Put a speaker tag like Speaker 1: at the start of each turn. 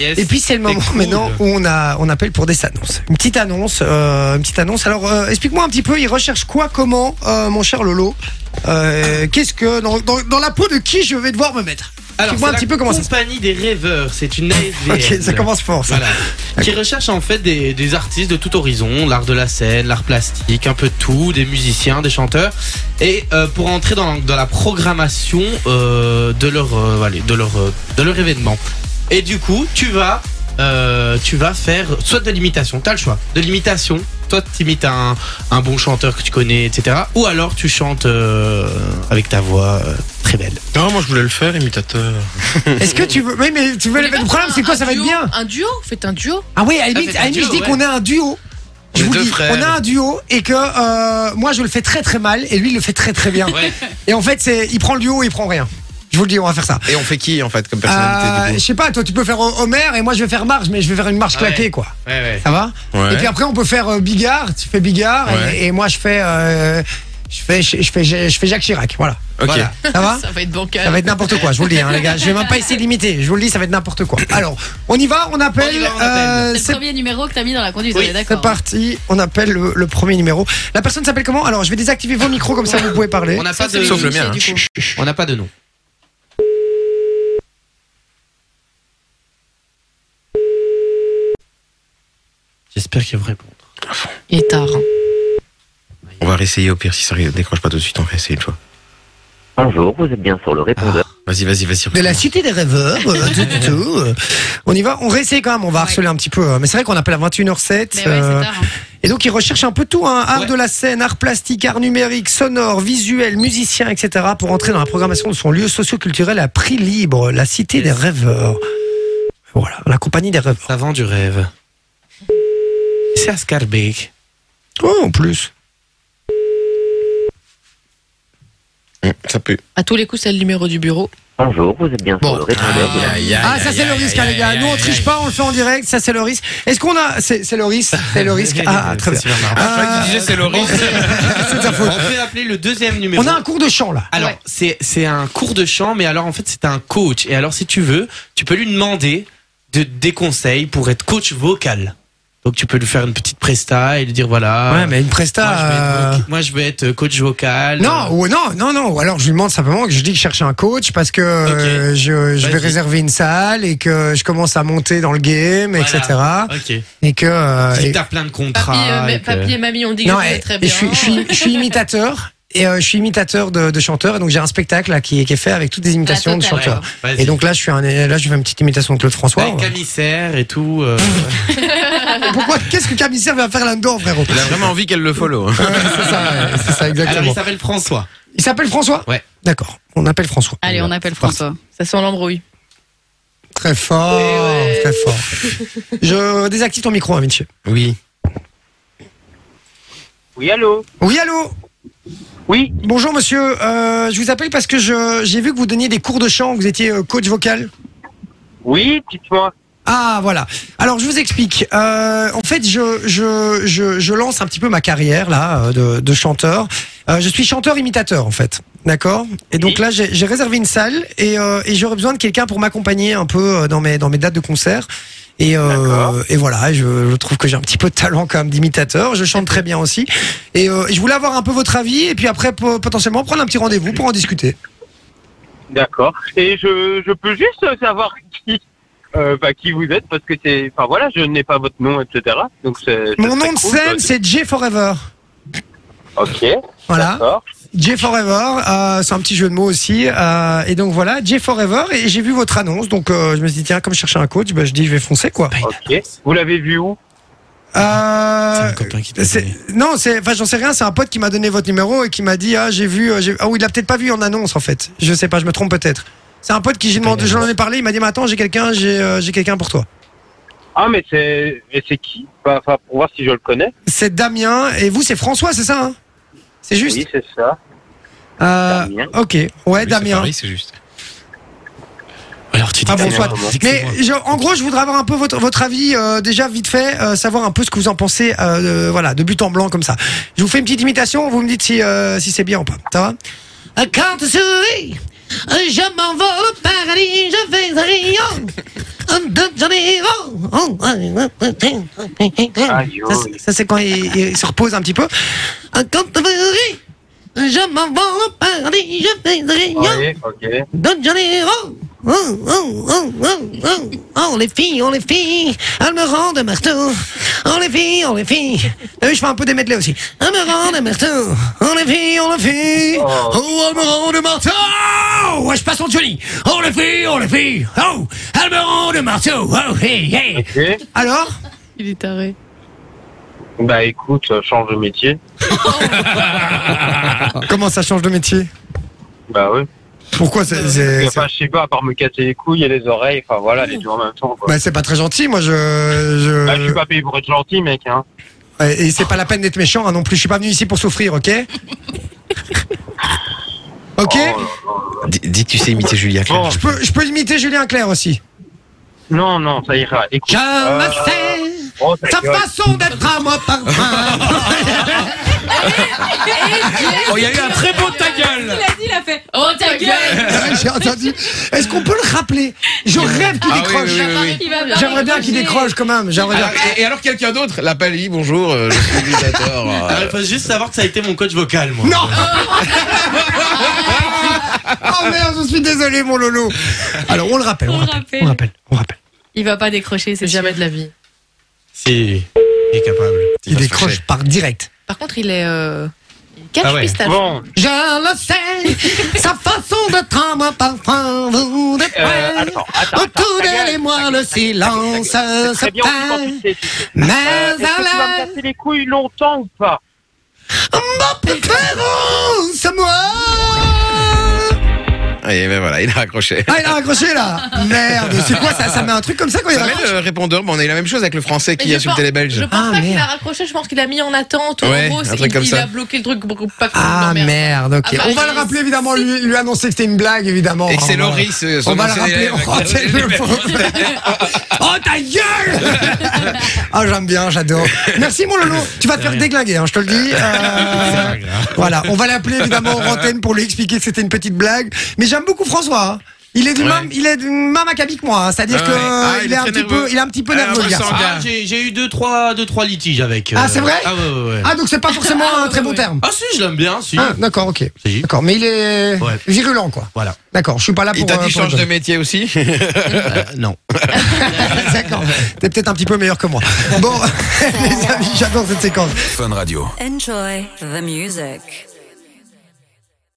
Speaker 1: Yes.
Speaker 2: Et puis c'est le moment
Speaker 1: cool.
Speaker 2: maintenant où on, a, on appelle pour des annonces. Une petite annonce, euh, une petite annonce. Alors euh, explique-moi un petit peu, ils recherchent quoi, comment, euh, mon cher Lolo Euh, Qu'est-ce que dans, dans- dans la peau de qui je vais devoir me mettre
Speaker 1: Alors,
Speaker 2: explique-moi
Speaker 1: c'est
Speaker 2: un petit
Speaker 1: la
Speaker 2: peu comment ça se
Speaker 1: Compagnie des rêveurs, c'est une ASVN.
Speaker 2: Ok, ça commence fort. Ça.
Speaker 1: Voilà. Qui recherche en fait des, des artistes de tout horizon, l'art de la scène, l'art plastique, un peu de tout, des musiciens, des chanteurs. Et euh, pour entrer dans, dans la programmation euh, de, leur, euh, voilà, de, leur, euh, de leur événement. Et du coup, tu vas, euh, tu vas faire soit de l'imitation, t'as le choix, de l'imitation. Toi, t'imites un, un bon chanteur que tu connais, etc. Ou alors tu chantes euh, avec ta voix euh, très belle.
Speaker 3: Non, moi je voulais le faire, imitateur.
Speaker 2: Est-ce que tu veux Oui, mais tu veux
Speaker 4: Mais
Speaker 2: le
Speaker 4: non,
Speaker 2: problème,
Speaker 4: un-
Speaker 2: c'est quoi
Speaker 4: un
Speaker 2: Ça va être
Speaker 4: duo,
Speaker 2: bien.
Speaker 4: Un duo Faites un duo
Speaker 2: Ah oui, à la
Speaker 1: Ça
Speaker 2: limite,
Speaker 1: fait
Speaker 2: à la
Speaker 1: un
Speaker 2: limite, je
Speaker 1: duo,
Speaker 2: dis qu'on a un duo. Je
Speaker 3: est
Speaker 2: vous le
Speaker 3: deux
Speaker 2: dis,
Speaker 3: frères.
Speaker 2: on a un duo et que euh, moi je le fais très très mal et lui il le fait très très bien.
Speaker 1: Ouais.
Speaker 2: Et en fait, c'est il prend le duo, il prend rien. Je vous le dis, on va faire ça.
Speaker 3: Et on fait qui en fait comme
Speaker 2: Euh,
Speaker 3: personnalité
Speaker 2: je sais pas, toi tu peux faire Ho- Homer et moi je vais faire marche, mais je vais faire une marche
Speaker 1: Ah Ouais.
Speaker 2: claquée quoi.
Speaker 1: Ouais, ouais.
Speaker 2: Ça va
Speaker 3: du coup
Speaker 2: Et puis après on peut faire euh, Bigard, tu fais Bigard
Speaker 3: Ouais.
Speaker 2: et, et moi je fais, euh, je fais, je, je fais, je, fais Jacques Chirac, voilà.
Speaker 3: Ok.
Speaker 1: Voilà.
Speaker 2: Ça va
Speaker 4: Ça va être bancal.
Speaker 2: Ça va être n'importe quoi, je vous le dis hein, les gars. Je vais même pas essayer de l'imiter, je vous le dis, ça va être n'importe quoi. Alors, on y va, on appelle.
Speaker 1: On y va, on appelle.
Speaker 2: euh,
Speaker 4: C'est
Speaker 2: c'est
Speaker 4: le premier numéro que t'as mis dans la conduite,
Speaker 1: Oui,
Speaker 4: on est d'accord.
Speaker 2: c'est parti, on appelle le, le premier numéro. La personne s'appelle comment Alors je vais désactiver vos micros comme ça vous pouvez parler.
Speaker 1: On n'a
Speaker 4: Ça,
Speaker 1: pas
Speaker 4: c'est
Speaker 1: de
Speaker 3: Sauf le
Speaker 4: initiés,
Speaker 3: mien,
Speaker 4: du coup.
Speaker 1: On n'a pas de nom. J'espère qu'il va répondre.
Speaker 4: Il est tard. hein.
Speaker 3: On va réessayer au pire si ça ré- décroche pas tout de suite, on va essayer une fois.
Speaker 5: Bonjour, vous êtes bien sur le répondeur.
Speaker 3: Vas-y, vas-y, vas-y.
Speaker 2: De la cité des rêveurs, euh, tout, tout, tout, euh. On y va, on réessaye quand même, on va harceler un petit peu. euh, Mais c'est vrai qu'on appelle à 21h07.
Speaker 4: Mais ouais,
Speaker 2: euh,
Speaker 4: c'est tard. hein.
Speaker 2: et donc ils recherchent un peu tout, hein, art
Speaker 1: Ouais.
Speaker 2: de la scène, art plastique, art numérique, sonore, visuel, musicien, etc. pour entrer dans la programmation de son lieu socio-culturel à prix libre, la cité des rêveurs. Voilà, la compagnie des rêveurs.
Speaker 1: Ça vend du rêve. C'est à Scarbeck.
Speaker 2: Oh, en plus.
Speaker 3: Mmh, Ça pue.
Speaker 4: À tous les coups, c'est le numéro du bureau.
Speaker 5: Bonjour, vous êtes bien
Speaker 2: Bon.
Speaker 5: sur le répondeur. de la-
Speaker 2: Ah, ça c'est le risque, hein, les gars. Nous on triche pas, on le fait en direct, ça c'est le risque. Est-ce qu'on a. C'est c'est le risque, c'est le risque. Ah, très bien. Ah,
Speaker 3: c'est Loris.
Speaker 2: c'est de sa
Speaker 1: On
Speaker 2: faute.
Speaker 1: peut appeler le deuxième numéro.
Speaker 2: On a un cours de chant là.
Speaker 1: Alors,
Speaker 4: Ouais.
Speaker 1: c'est c'est un cours de chant, mais alors en fait, c'est un coach. Et alors, si tu veux, tu peux lui demander de, des conseils pour être coach vocal. Donc, tu peux lui faire une petite presta et lui dire voilà.
Speaker 2: Ouais, mais une
Speaker 1: Ah. Moi, je vais être
Speaker 2: presta. euh,
Speaker 1: voc- Moi, je vais être coach vocal. euh,
Speaker 2: Non, ou, non, non, non. Ou alors je lui demande simplement que je dis que je cherche un coach parce que euh, je, je vais
Speaker 1: Vas-y.
Speaker 2: réserver une salle et que je commence à monter dans le game,
Speaker 1: Voilà.
Speaker 2: etc.
Speaker 1: Ok.
Speaker 2: Et que. euh,
Speaker 1: Si
Speaker 2: et-
Speaker 1: t'as plein de contrats.
Speaker 4: Papy, euh, mais-
Speaker 1: et que-
Speaker 4: papy et mamie ont dit que
Speaker 2: Non,
Speaker 4: j'étais
Speaker 2: et-
Speaker 4: très
Speaker 2: et
Speaker 4: bien.
Speaker 2: je, suis, je, suis, je suis imitateur. Et euh, je suis imitateur de, de chanteurs. Et donc j'ai un spectacle là, qui, est- qui est fait avec toutes des imitations de
Speaker 4: totale,
Speaker 2: chanteurs.
Speaker 1: Ah, Vas-y.
Speaker 2: Et donc là, je suis un, là, je fais une petite imitation de Claude François. euh,
Speaker 1: avec Camissaire et tout. euh,
Speaker 2: Pourquoi Qu'est-ce que Camissaire va faire là-dedans, frérot
Speaker 3: Il a vraiment envie qu'elle le follow. hein.
Speaker 2: Ouais, C'est ça, ouais, c'est ça,
Speaker 1: Alors il
Speaker 2: exactement.
Speaker 1: s'appelle François.
Speaker 2: Il s'appelle François
Speaker 1: Ah Ouais.
Speaker 2: D'accord. On appelle François.
Speaker 4: Allez, on appelle François. Ça sent l'embrouille.
Speaker 2: Très fort,
Speaker 4: Eh ouais.
Speaker 2: très fort. Je désactive ton micro, hein, Vinci.
Speaker 3: Oui.
Speaker 6: Oui, allô
Speaker 2: Oui, allô
Speaker 6: Oui,
Speaker 2: Bonjour, monsieur. Euh, je vous appelle parce que je- j'ai vu que vous donniez des cours de chant, que vous étiez euh, coach vocal.
Speaker 6: oui, dites-moi.
Speaker 2: Ah, voilà. Alors, je vous explique. Euh, en fait, je, je, je, je lance un petit peu ma carrière, là, euh, de, de chanteur. Euh, je suis chanteur-imitateur, en fait. D'accord Et donc
Speaker 6: Oui.
Speaker 2: là, j'ai j'ai réservé une salle et, euh, et j'aurais besoin de quelqu'un pour m'accompagner un peu euh, dans mes, dans mes dates de concert. Et, euh,
Speaker 6: D'accord.
Speaker 2: et voilà, je, je trouve que j'ai un petit peu de talent quand même d'imitateur. Je chante très bien aussi. Et euh, je voulais avoir un peu votre avis et puis après, po- potentiellement, prendre un petit rendez-vous pour en discuter.
Speaker 6: D'accord. Et je, je peux juste savoir qui, euh, bah, qui vous êtes, parce que c'est... Enfin voilà, je n'ai pas votre nom, etc. Donc c'est... ça
Speaker 2: Mon
Speaker 6: serait
Speaker 2: nom de
Speaker 6: cool,
Speaker 2: scène,
Speaker 6: ça.
Speaker 2: c'est Jay Forever.
Speaker 6: Ok,
Speaker 2: Voilà.
Speaker 6: d'accord.
Speaker 2: Jay Forever, euh, c'est un petit jeu de mots aussi. euh, et donc voilà, Jay Forever, et j'ai vu votre annonce, donc euh, je me suis dit, tiens, comme je cherchais un coach, bah, je dis, je vais foncer, quoi.
Speaker 6: Ok. Vous l'avez vu où
Speaker 1: C'est
Speaker 2: Euh,
Speaker 1: un copain qui t'a
Speaker 2: c'est-
Speaker 1: donné.
Speaker 2: non, c'est, enfin, j'en sais rien, c'est un pote qui m'a donné votre numéro et qui m'a dit, ah, j'ai vu, euh, j'ai- ah oui, il l'a peut-être pas vu en annonce, en fait. Je sais pas, je me trompe peut-être. C'est un pote qui, j'ai
Speaker 1: pas
Speaker 2: demandé,
Speaker 1: une
Speaker 2: j'en
Speaker 1: annonce.
Speaker 2: ai parlé, il m'a dit, mais attends, j'ai quelqu'un, j'ai, euh, j'ai quelqu'un pour toi.
Speaker 6: Ah, mais c'est... Mais c'est qui Bah, Enfin, pour voir si je le connais.
Speaker 2: C'est Damien, et vous, c'est François, c'est ça, hein? C'est juste?
Speaker 6: Oui, c'est ça.
Speaker 2: Euh,
Speaker 6: Damien.
Speaker 2: ok. Ouais, Damien.
Speaker 3: Oui, c'est juste.
Speaker 1: Alors tu dis.
Speaker 2: Ah bon,
Speaker 1: Damien,
Speaker 2: soit.
Speaker 1: comment
Speaker 2: Mais
Speaker 1: Excuse-moi.
Speaker 2: je- en gros, je voudrais avoir un peu votre, votre avis euh, déjà vite fait, euh, savoir un peu ce que vous en pensez, euh, de- voilà, de but en blanc comme ça. Je vous fais une petite imitation, vous me dites si, euh, si c'est bien ou pas. Ça va Euh,
Speaker 7: Quand tu souris, je m'en vais au paradis, je vais rien.
Speaker 2: Euh, Oh,
Speaker 6: Aïe,
Speaker 2: Ça, c'est- Ça, c'est quand il, il se repose un petit peu. Euh, Quand euh, je m'en vais au paradis, je fais des
Speaker 6: aïe.
Speaker 2: réunions
Speaker 6: Ouais, ok.
Speaker 2: de Janeiro. Oh, oh, oh, oh, oh. Oh, les filles, oh, les filles, elles me rendent marteau. Oh, les filles, oh, les filles. Ah oui, je fais un peu des medley aussi. Elles me rendent marteau. Oh, les filles, oh, les filles.
Speaker 6: Oh.
Speaker 2: Oh, elles me rendent marteau. Ouais, je passe en Johnny. Oh, les filles, oh, les filles. Oh, elles me rendent marteau. Oh, hey, hey.
Speaker 6: Ok.
Speaker 2: Alors
Speaker 4: Il est taré.
Speaker 6: Bah écoute, euh, change de métier.
Speaker 2: Comment ça change de métier
Speaker 6: Bah oui.
Speaker 2: Pourquoi c'est- c'est- c'est-
Speaker 6: Enfin, je sais pas, à part me casser les couilles et les oreilles, enfin voilà, les deux en même temps. Quoi.
Speaker 2: Bah, c'est pas très gentil, moi je. je-
Speaker 6: Bah, je suis pas payé pour être gentil, mec. Hein.
Speaker 2: Ouais, Et c'est pas la peine d'être méchant hein, non plus. Je suis pas venu ici pour souffrir, ok Ok
Speaker 6: Oh, oh, oh.
Speaker 3: D- Dis, tu sais imiter Julien Clerc.
Speaker 6: Bon,
Speaker 2: je, peux, je peux imiter Julien Clerc aussi.
Speaker 6: non, non, ça ira. Écoute.
Speaker 2: Je
Speaker 6: euh,
Speaker 2: me sais,
Speaker 6: oh, ta
Speaker 2: sa
Speaker 6: gueule.
Speaker 2: façon d'être à moi parfum.
Speaker 4: Eh,
Speaker 7: Oh, il y a eu un très beau ta gueule.
Speaker 8: Il a dit, il a fait.
Speaker 4: Oh ta gueule
Speaker 2: J'ai entendu. Est-ce qu'on peut le rappeler Je rêve qu'il
Speaker 7: Ah oui,
Speaker 2: décroche.
Speaker 7: oui, oui, oui.
Speaker 8: Il va pas
Speaker 2: J'aimerais bien qu'il
Speaker 8: raccrocher.
Speaker 2: décroche quand même. J'aimerais bien.
Speaker 7: Alors, et, et alors quelqu'un d'autre l'appelle, il dit, bonjour, euh, je suis utilisateur.
Speaker 1: Alors, Ah, il faut juste savoir que ça a été mon coach vocal, moi.
Speaker 2: Non Oh merde, je suis désolé, mon Lolo. Alors, on le rappelle. On
Speaker 8: On
Speaker 2: le rappelle. On le rappelle. On le rappelle.
Speaker 8: Il va pas décrocher, c'est
Speaker 4: Jamais
Speaker 8: jamais.
Speaker 4: de la vie.
Speaker 1: Si, il est capable.
Speaker 2: Il
Speaker 3: va se
Speaker 2: décroche
Speaker 3: fâcher.
Speaker 2: par direct.
Speaker 4: Par contre, il est. Euh... Il cache
Speaker 1: Ah ouais.
Speaker 4: pistache.
Speaker 6: Bon,
Speaker 2: Je le sais, sa façon de trembler parfum vous
Speaker 6: euh,
Speaker 2: déplaît.
Speaker 6: attends, attends.
Speaker 2: Autour
Speaker 6: ta
Speaker 2: d'elle
Speaker 6: gueule,
Speaker 2: et moi, le silence
Speaker 6: C'est
Speaker 2: se
Speaker 6: très bien, on
Speaker 2: perd.
Speaker 6: dit quand tu le sais, tu sais.
Speaker 2: Mais
Speaker 6: Euh, Est-ce que tu vas me
Speaker 2: à
Speaker 6: casser les couilles longtemps ou pas
Speaker 2: la ma préférence, moi.
Speaker 3: Et ben voilà, il a raccroché.
Speaker 2: Ah, il a raccroché là. Merde, c'est quoi ça Ça met un truc comme ça quand il
Speaker 3: Ça met
Speaker 2: raccroche
Speaker 3: le répondeur, mais on a eu la même chose avec le français qui
Speaker 4: Mais je
Speaker 3: insultait
Speaker 4: pense-
Speaker 3: les Belges.
Speaker 4: Je pense
Speaker 2: Ah,
Speaker 4: pas qu'il a
Speaker 2: merde.
Speaker 4: raccroché, je pense qu'il a mis en attente. ou
Speaker 3: Ouais,
Speaker 4: en gros,
Speaker 3: un
Speaker 4: c'est-
Speaker 3: truc
Speaker 4: il,
Speaker 3: comme
Speaker 4: il
Speaker 3: ça.
Speaker 4: a bloqué le truc pour pas qu'on
Speaker 2: Ah
Speaker 4: l'emmerde.
Speaker 2: merde, ok.
Speaker 4: Ah, bah,
Speaker 2: on va
Speaker 4: il-
Speaker 2: le rappeler évidemment, lui, lui annoncer que c'était une blague évidemment.
Speaker 3: Et que c'est
Speaker 2: Oh,
Speaker 3: Loris, euh, son
Speaker 2: On va le
Speaker 3: ancien
Speaker 2: rappeler,
Speaker 3: élève.
Speaker 2: on va rappeler le Oh ta gueule Ah j'aime bien, j'adore. Merci mon Lolo, tu vas te faire déglinguer, hein, je te le dis. Euh, voilà, on va l'appeler évidemment en antenne pour lui expliquer que c'était une petite blague. Mais j'aime beaucoup François. hein. Il est du
Speaker 3: Ouais.
Speaker 2: même, il est du même acabit que moi, hein. c'est-à-dire
Speaker 3: Ouais.
Speaker 2: que
Speaker 3: Ah,
Speaker 2: il,
Speaker 3: il
Speaker 2: est
Speaker 3: est
Speaker 2: un
Speaker 3: très
Speaker 2: petit
Speaker 3: nerveux.
Speaker 2: peu, il est un petit peu
Speaker 3: Ah,
Speaker 2: nerveux,
Speaker 3: on
Speaker 2: le gars.
Speaker 3: sent.
Speaker 1: Ah, j'ai j'ai eu deux trois, deux, trois litiges avec.
Speaker 2: Ah, c'est vrai
Speaker 1: Ah, ouais, ouais, ouais.
Speaker 2: Ah donc c'est pas forcément un très bon
Speaker 4: Ouais.
Speaker 2: terme.
Speaker 1: Ah, si, je l'aime bien, si.
Speaker 2: Ah, d'accord, ok,
Speaker 1: Si.
Speaker 2: d'accord, mais il est
Speaker 1: Ouais.
Speaker 2: virulent quoi.
Speaker 1: Voilà.
Speaker 2: D'accord, je suis pas là pour.
Speaker 3: Il t'a
Speaker 2: euh,
Speaker 3: dit
Speaker 2: pour
Speaker 3: change
Speaker 2: rigoler.
Speaker 3: de métier aussi
Speaker 1: Euh, non.
Speaker 2: D'accord. T'es peut-être un petit peu meilleur que moi. Bon, les amis, j'adore cette séquence.
Speaker 9: Enjoy the music.